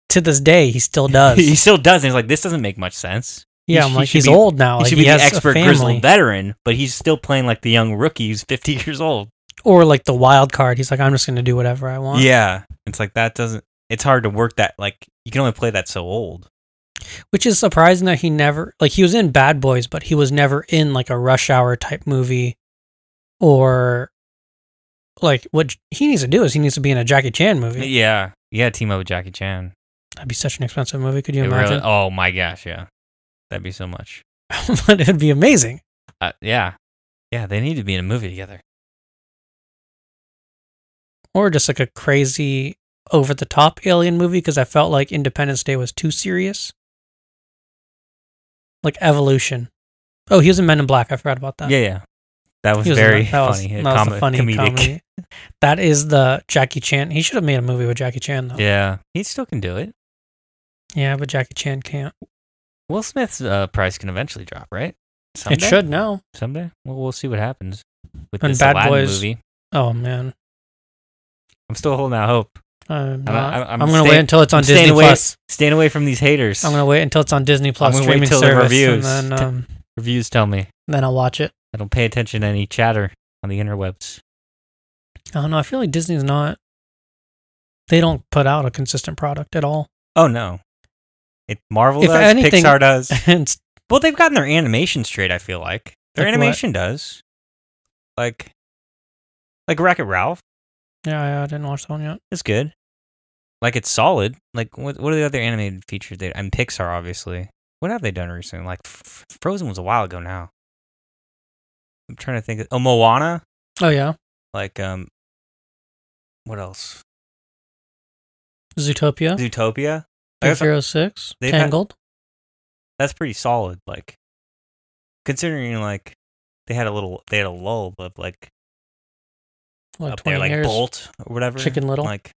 B: To this day, he still does.
C: He still doesn't. He's like this doesn't make much sense.
B: yeah,
C: he
B: I'm
C: sh-
B: like
C: should
B: he's
C: be-
B: old now.
C: Oh, he
B: Like,
C: should be the
B: has a
C: expert
B: family.
C: grizzled veteran, but he's still playing like the young rookie who's fifty years old.
B: or like the wild card. He's like, I'm just gonna do whatever I want.
C: Yeah, it's like that doesn't. It's hard to work that like you can only play that so old.
B: Which is surprising that he never like he was in Bad Boys, but he was never in like a rush hour type movie or like what he needs to do is he needs to be in a Jackie Chan movie.
C: Yeah, yeah. Team up with Jackie Chan.
B: That'd be such an expensive movie, could you
C: It really-
B: imagine?
C: oh my gosh, yeah, that'd be so much.
B: but it'd be amazing.
C: Uh, yeah, yeah. They need to be in a movie together.
B: Or just like a crazy over the top alien movie because I felt like Independence Day was too serious. Like evolution. Oh, he was in Men in Black. I forgot about that.
C: yeah, yeah. That was
B: He was in
C: very
B: that. That was-
C: funny.
B: that was a
C: comi-
B: funny
C: comedic.
B: comedy. That is the Jackie Chan. He should have made a movie with Jackie Chan though.
C: Yeah, he still can do it.
B: Yeah, but Jackie Chan can't.
C: Will Smith's uh, price can eventually drop, right? Someday?
B: It should now.
C: someday. Well, we'll see what happens with
B: And
C: this
B: Bad
C: Aladdin
B: Boys-
C: movie.
B: Oh man,
C: I'm still holding out hope.
B: I'm,
C: I'm-
B: not,
C: I'm-
B: I'm,
C: I'm
B: gonna
C: staying-
B: wait until it's on
C: I'm staying
B: Disney
C: away-
B: Plus.
C: Staying away from these haters.
B: I'm gonna wait until it's on Disney Plus
C: gonna wait
B: streaming
C: till the
B: service,
C: reviews.
B: and then um,
C: Reviews tell me
B: then I'll watch it.
C: I don't pay attention to any chatter on the interwebs.
B: I don't know. I feel like Disney's not. They don't put out a consistent product at all.
C: Oh no, it Marvel
B: If
C: does,
B: anything-
C: Pixar does.
B: and s-
C: well, they've gotten their animation straight. I feel like their
B: Like what?
C: animation does, like, like Wreck It Ralph
B: yeah, yeah, I didn't watch that one yet.
C: is good. Like it's solid. Like what? What are the other animated features? They and Pixar obviously. What have they done recently? Like F- F- Frozen was a while ago now. I'm trying to think. Of, oh, Moana.
B: Oh yeah,
C: Like um, what else?
B: Zootopia,
C: Zootopia. Like,
B: Big
C: that's,
B: Hero Six,
C: they've had-
B: Tangled.
C: that's pretty solid. Like considering like they had a little, they had a lull of like
B: like
C: up
B: 20
C: there, like
B: years.
C: Bolt or whatever.
B: Chicken Little.
C: Like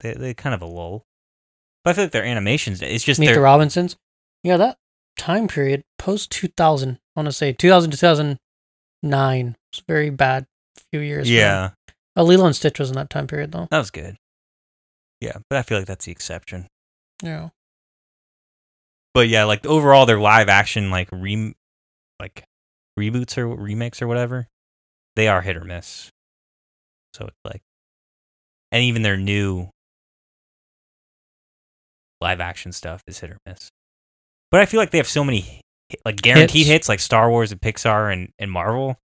C: they they kind of a lull. But I feel like their animations. It's just
B: Meet
C: their
B: the Robinsons. Yeah, that time period post 2000, I want to say 2000 2009 was very bad few years. for them.
C: yeah.
B: Uh, Lilo and Stitch was in that time period though.
C: That was good. Yeah, but I feel like that's the exception.
B: Yeah.
C: But yeah, like overall, their live action like re like reboots or remakes or whatever, they are hit or miss. So it's like, and even their new live action stuff is hit or miss. But I feel like they have so many hi- like guaranteed
B: Hits.
C: hits, like Star Wars and Pixar and and Marvel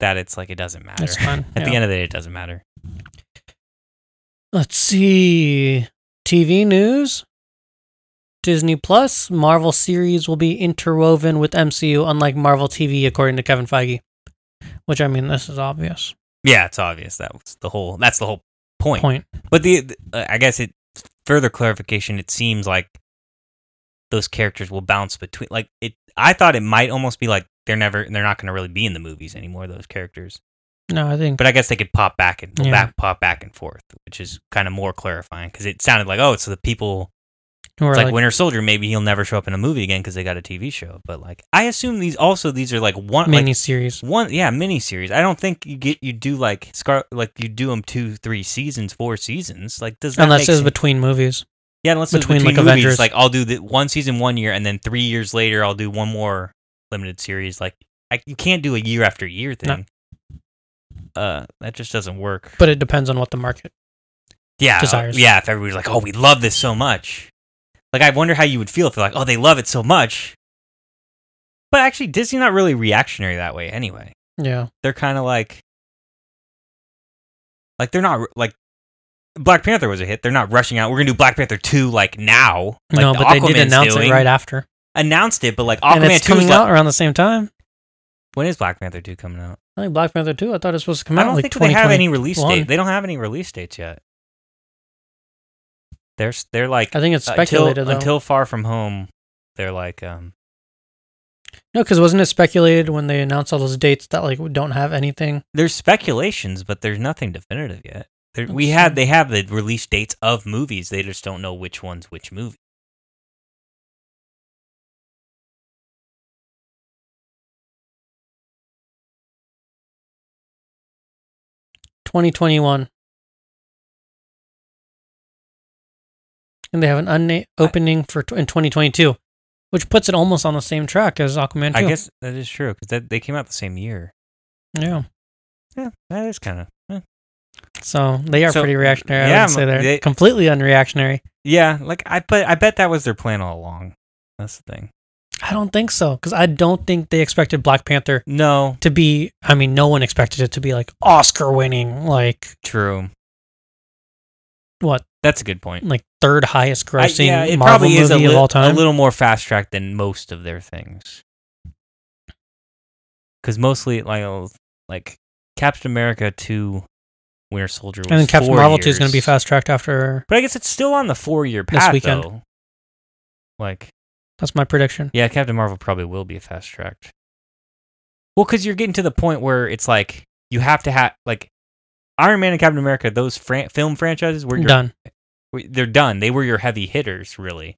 C: that it's like it doesn't matter.
B: That's fine.
C: At
B: yeah.
C: the end of the day, it doesn't matter.
B: Let's see. TV news. Disney Plus Marvel series will be interwoven with MCU, unlike Marvel TV, according to Kevin Feige. Which I mean, this is obvious
C: Yeah, it's obvious. That was the whole. That's the whole point.
B: point.
C: But the, the- uh, I guess it further clarification. It seems like those characters will bounce between. Like it, I thought it might almost be like they're never, they're not going to really be in the movies anymore. Those characters,
B: No, I think
C: but I guess they could pop back and
B: Yeah.
C: back, pop back and forth, which is kind of more clarifying because it sounded like oh, it's the people.
B: we're
C: It's like,
B: like,
C: Winter Soldier. Maybe he'll never show up in a movie again because they got a TV show. But like, I assume these also these are like one like,
B: mini series.
C: one yeah mini series i don't think you get you do like scar like you do them two three seasons four seasons like does that
B: Unless
C: make
B: it's
C: sense?
B: between movies.
C: yeah unless
B: between,
C: between, between
B: like,
C: movies
B: Avengers.
C: like i'll do the one season one year and then three years later i'll do one more limited series like I, you can't do a year after year thing uh that just doesn't work
B: But it depends on what the market.
C: yeah uh,
B: desires.
C: yeah if everybody's like oh we love this so much like i wonder how you would feel if they're like oh they love it so much but actually disney's not really reactionary that way anyway
B: Yeah.
C: they're kind of like like they're not like Black Panther was a hit. They're not rushing out. We're gonna do Black Panther two like now. Like
B: no,
C: the
B: but they did
C: Aquaman's
B: announce
C: doing.
B: it right after.
C: Announced it, but like
B: and
C: Aquaman
B: it's
C: two
B: coming
C: is like,
B: out around the same time.
C: when is Black Panther two coming out?
B: I think Black Panther 2, I thought it was supposed to come
C: I
B: out
C: don't
B: like
C: think they have any release
B: 2021.
C: date. They don't have any release dates yet. They're s- they're like uh,
B: I think it's
C: until
B: speculated though.
C: until Far From Home. They're like um
B: No, because wasn't it speculated when they announced all those dates that like we don't have anything?
C: there's speculations, but there's nothing definitive yet. There, we
B: That's
C: had
B: true.
C: they have the release dates of movies. They just don't know which one's which movie.
B: Twenty twenty one. And they have an unna- opening for tw- in 2022, which puts it almost on the same track as Aquaman 2.
C: I guess that is true because they came out the same year.
B: Yeah.
C: Yeah, that is kind of.
B: So they are
C: So,
B: pretty reactionary. I
C: yeah,
B: would say they're
C: they-
B: completely unreactionary.
C: Yeah, like I bet I bet that was their plan all along. That's the thing.
B: I don't think so because I don't think they expected Black Panther
C: No,
B: to be. I mean, no one expected it to be like Oscar winning, like
C: true.
B: what, Mm,
C: That's a good point.
B: like third highest
C: I-
B: grossing
C: yeah, it
B: Marvel
C: probably
B: movie
C: is a,
B: of
C: lit-
B: all time.
C: a little more fast track than most of their things. Because mostly, like, uh, like Captain America two, Winter Soldier, was
B: and then Captain
C: four
B: Marvel 2 is going to be
C: years.
B: fast tracked after.
C: But I guess it's still on the four year
B: This
C: path
B: weekend.
C: though. Like,
B: That's my prediction.
C: Yeah, Captain Marvel probably will be fast tracked. Well, because you're getting to the point where it's like you have to have like Iron Man and Captain America. Those fran- film franchises were your,
B: Done.
C: were- They're done. They were your heavy hitters, really.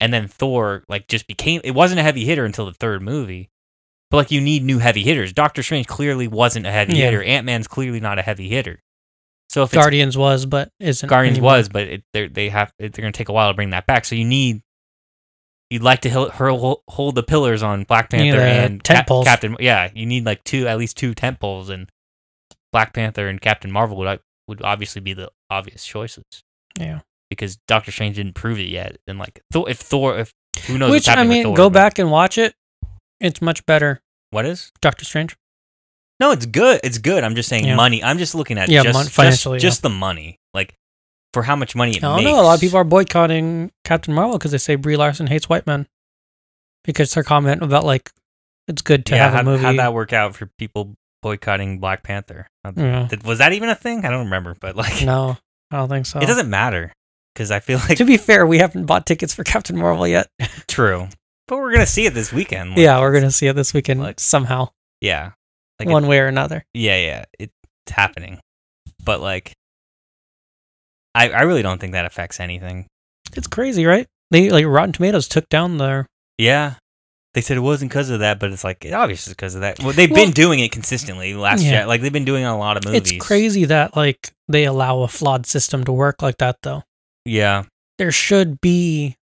C: And then Thor like just became. It wasn't a heavy hitter until the third movie. But like you need new heavy hitters. Doctor Strange clearly wasn't a heavy
B: Yeah.
C: hitter. Ant Man's clearly not a heavy hitter. So if it's
B: Guardians was, but isn't.
C: Guardians
B: anymore.
C: was, but it, they're, they have it- they're going to take a while to bring that back. So you need you'd like to hil- hurl, hold the pillars on Black
B: You need
C: Panther
B: the
C: and
B: tent poles.
C: Captain. Yeah, you need like two at least two tent poles, and Black Panther and Captain Marvel would uh, would obviously be the obvious choices
B: Yeah.
C: because Doctor Strange didn't prove it yet. And like Thor, if Thor, if who knows, what's
B: Which, I
C: happening with
B: mean,
C: Thor,
B: go
C: but-
B: back and watch it. It's much better.
C: What is?
B: Doctor Strange.
C: No, it's good. It's good. I'm just saying
B: Yeah.
C: money. I'm just looking at
B: Yeah,
C: just,
B: mon-
C: just-
B: financially,
C: just, the money, like for how much money it
B: I
C: makes.
B: don't know. A lot of people are boycotting Captain Marvel because they say Brie Larson hates white men because her comment about, like, it's good to have
C: how'd,
B: a movie.
C: how'd that work out for people boycotting Black Panther? How'd-
B: Yeah.
C: Did- Was that even a thing? I don't remember, but like,
B: Hmm. No, I don't think so.
C: it doesn't matter because I feel like
B: to be fair, we haven't bought tickets for Captain Marvel yet.
C: true. But we're gonna see it this weekend. like,
B: yeah, we're gonna see it this weekend
C: like-
B: somehow,
C: yeah, like it-
B: one way or another.
C: yeah, yeah. It's happening. But like, I I really don't think that affects anything.
B: It's crazy, right? They like Rotten Tomatoes took down their
C: Yeah. They said it wasn't because of that, but it's like it obviously because of that. Well, they've been
B: Well-
C: doing it consistently last
B: Yeah.
C: year. Like they've been doing it on a lot of movies.
B: It's crazy that like they allow a flawed system to work like that though.
C: Yeah.
B: There should be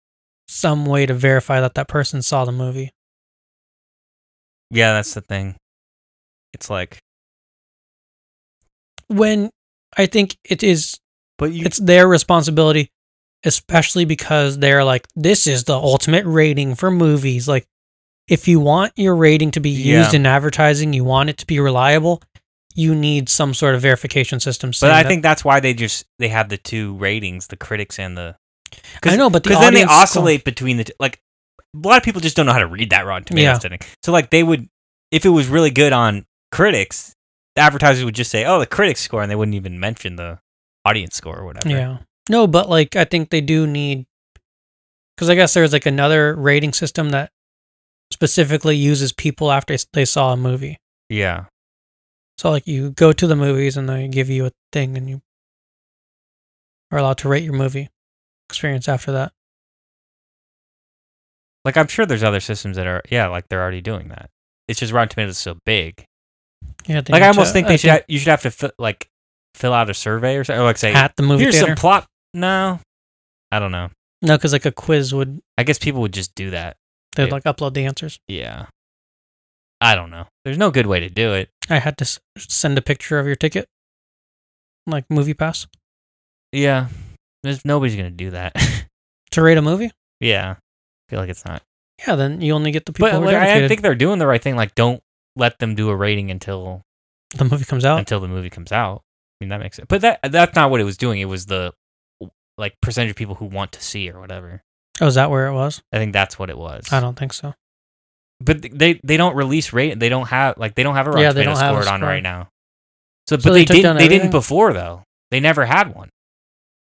B: some way to verify that that person saw the movie.
C: Yeah, that's the thing. It's like,
B: When I think it is
C: but you
B: it's their responsibility especially because they're like this is the ultimate rating for movies like if you want your rating to be
C: Yeah.
B: used in advertising, you want it to be reliable, you need some sort of verification system.
C: But
B: saying
C: I
B: that-
C: think that's why they just they have the two ratings, the critics and the.
B: I know, but the
C: because then they
B: audience score-
C: oscillate between the t- like. A lot of people just don't know how to read that Rotten Tomatoes
B: Yeah.
C: thing. So like they would, if it was really good on critics, the advertisers would just say, "Oh, the critics score," and they wouldn't even mention the audience score or whatever.
B: Yeah. No, but like I think they do need because I guess there's like another rating system that specifically uses people after s- they saw a movie.
C: Yeah.
B: So like you go to the movies and they give you a thing and you are allowed to rate your movie experience after that.
C: Like I'm sure there's other systems that are yeah, like they're already doing that. It's just Rotten Tomatoes is so big.
B: Yeah, they
C: Like
B: need
C: I almost
B: to- uh,
C: think they should ha- you should have to fi- like fill out a survey or something. Or like say
B: at the movie
C: here's
B: theater.
C: some plot. No, I don't know.
B: no, because like a quiz would
C: I guess people would just do that.
B: they'd
C: Yeah.
B: like upload the answers.
C: Yeah. I don't know. There's no good way to do it.
B: I had to s- send a picture of your ticket, like Movie Pass,
C: Yeah. There's nobody's gonna do that.
B: to rate a movie.
C: yeah. I feel like it's not.
B: Yeah, then you only get the people.
C: but
B: who are
C: like, I- I
B: dedicated.
C: think they're doing the right thing. Like, don't let them do a rating until
B: the movie comes out.
C: until the movie comes out. I mean, that makes sense. But that that's not what it was doing. It was the like percentage of people who want to see or whatever.
B: Oh, is that where it was?
C: I think that's what it was.
B: I don't think so.
C: But they they don't release rate. They don't have like they don't have a Rotten
B: Yeah, they
C: Tomato
B: don't have a
C: scored on
B: score.
C: right now. So, but
B: So they
C: they,
B: took down
C: didn't. They
B: everything?
C: didn't before though. They never had one.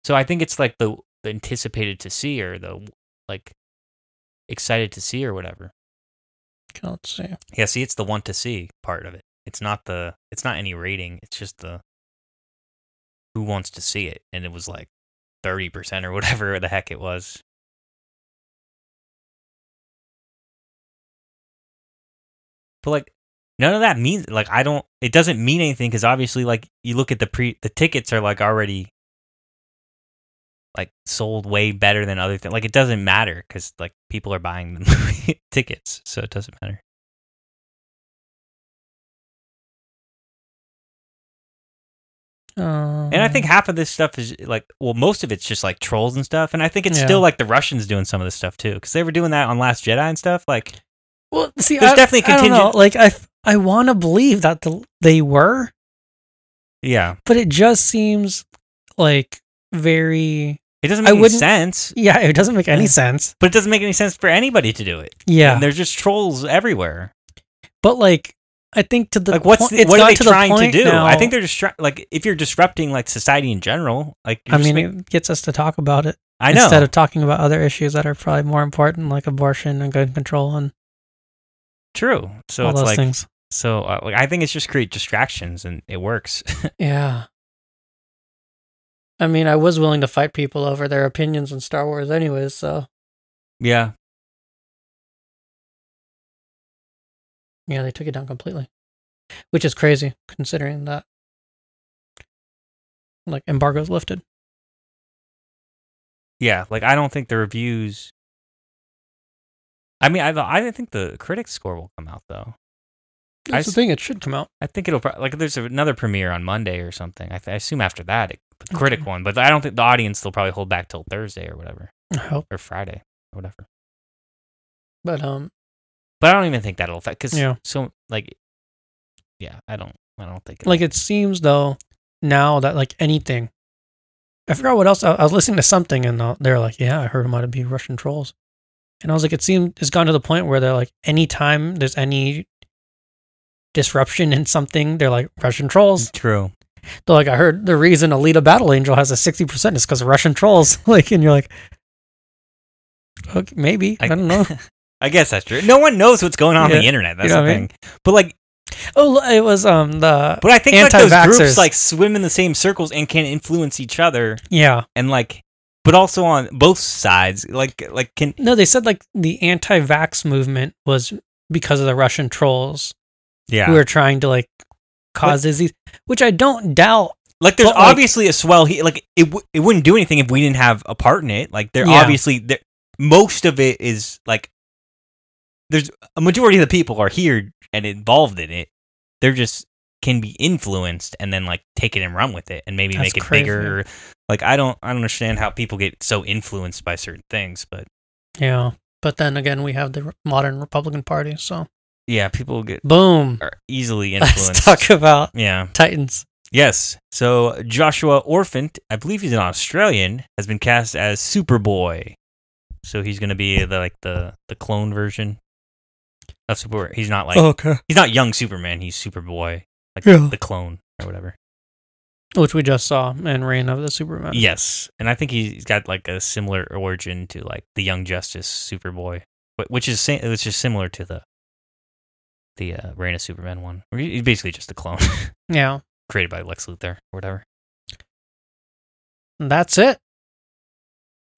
C: So I think it's like the, the anticipated to see or the like excited to see or whatever.
B: Okay, let's see.
C: Yeah, see, it's the want to see part of it. It's not the it's not any rating. It's just the who wants to see it, and it was like thirty percent or whatever the heck it was. But like none of that means like I don't. It doesn't mean anything because obviously, like you look at the pre the tickets are like already like sold way better than other things. Like it doesn't matter because like people are buying the tickets, so it doesn't matter. And I think
B: Um,
C: half of this stuff is like, well, most of it's just like trolls and stuff. And I think it's
B: Yeah.
C: still like the Russians doing some of this stuff too, because they were doing that on Last Jedi and stuff. Like,
B: well, see,
C: there's
B: I,
C: definitely
B: I don't know.
C: contingent-
B: Like I, f- I want to believe that the, they were,
C: yeah,
B: but it just seems like very.
C: it doesn't
B: I
C: make any
B: wouldn't-
C: sense,
B: Yeah, it doesn't make any
C: Yeah.
B: sense.
C: but it doesn't make any sense for anybody to do it.
B: Yeah,
C: And there's just trolls everywhere.
B: but like I think to the
C: like, what's
B: point-
C: the,
B: it's
C: what
B: got
C: are they
B: to the
C: trying to
B: point
C: do? I
B: now-
C: think they're just try- like, if you're disrupting like society in general, like, you're
B: I
C: just
B: mean,
C: make-
B: it gets us to talk about it
C: I know.
B: instead of talking about other issues that are probably more important, like abortion and gun control and
C: True. So
B: all
C: it's
B: those
C: like,
B: things.
C: so uh, like, I think it's just create distractions and it works.
B: Yeah. I mean, I was willing to fight people over their opinions on Star Wars, anyways. So
C: yeah.
B: yeah, they took it down completely, which is crazy considering that like embargo's lifted.
C: Yeah, like I don't think the reviews. I mean, I I don't think the critics score will come out though. I
B: That's the
C: s-
B: thing; it should come out.
C: I think it'll pro- like there's another premiere on Monday or something. I, th- I assume after that it, the
B: Okay.
C: critic one, but I don't think the audience they'll probably hold back till Thursday or whatever
B: I hope,
C: or Friday or whatever.
B: but um,
C: But I don't even think that'll affect because
B: Yeah.
C: so like yeah, I don't I don't think it'll-
B: like it seems though now that like anything, I forgot what else. I, I was listening to something and uh, they're like, "Yeah, I heard it might be Russian trolls," and I was like, "It seemed it's gone to the point where they're like, anytime there's any disruption in something, they're like Russian trolls."
C: true.
B: They're like, I heard the reason Alita Battle Angel has a 60% is because of Russian trolls. like, and you're like, okay, maybe. I, don't know.
C: I guess that's true. No one knows what's going on on
B: Yeah.
C: the internet. That's
B: You know
C: the
B: what I
C: thing.
B: mean?
C: But like
B: Oh, it was um the
C: But I think like those
B: Anti-vaxxers.
C: groups like swim in the same circles and can influence each other
B: yeah.
C: and like but also on both sides. Like like can
B: No, they said like the anti-vax movement was because of the Russian trolls
C: yeah.
B: who were trying to like cause disease, which I don't doubt.
C: like there's
B: But, like-
C: obviously a swell he like it w- it wouldn't do anything if we didn't have a part in it like there
B: Yeah.
C: obviously there most of it is like there's a majority of the people are here and involved in it they're just can be influenced and then like take it and run with it and maybe
B: That's
C: make it
B: crazy.
C: bigger or, like i don't i don't understand how people get so influenced by certain things but
B: Yeah. But then again, we have the re- modern Republican Party, so
C: yeah people get
B: boom.
C: are easily
B: Let's
C: influenced
B: talk about
C: yeah
B: Titans.
C: Yes. So Joshua Orphant, I believe he's an Australian, has been cast as Superboy. So he's going to be the, like the the clone version of Superboy. He's not like
B: okay.
C: he's not young Superman. He's Superboy, like
B: Oh. Yeah.
C: the clone or whatever.
B: Which we just saw in Reign of the Superman.
C: Yes, and I think he's got like a similar origin to like the Young Justice Superboy, wh- which is sa- which is similar to the the uh, Reign of Superman one. where he- He's basically just a clone
B: Yeah.
C: created by Lex Luthor or whatever.
B: And that's it.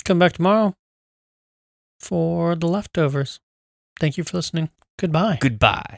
B: Come back tomorrow for the leftovers. Thank you for listening. Goodbye.
C: Goodbye.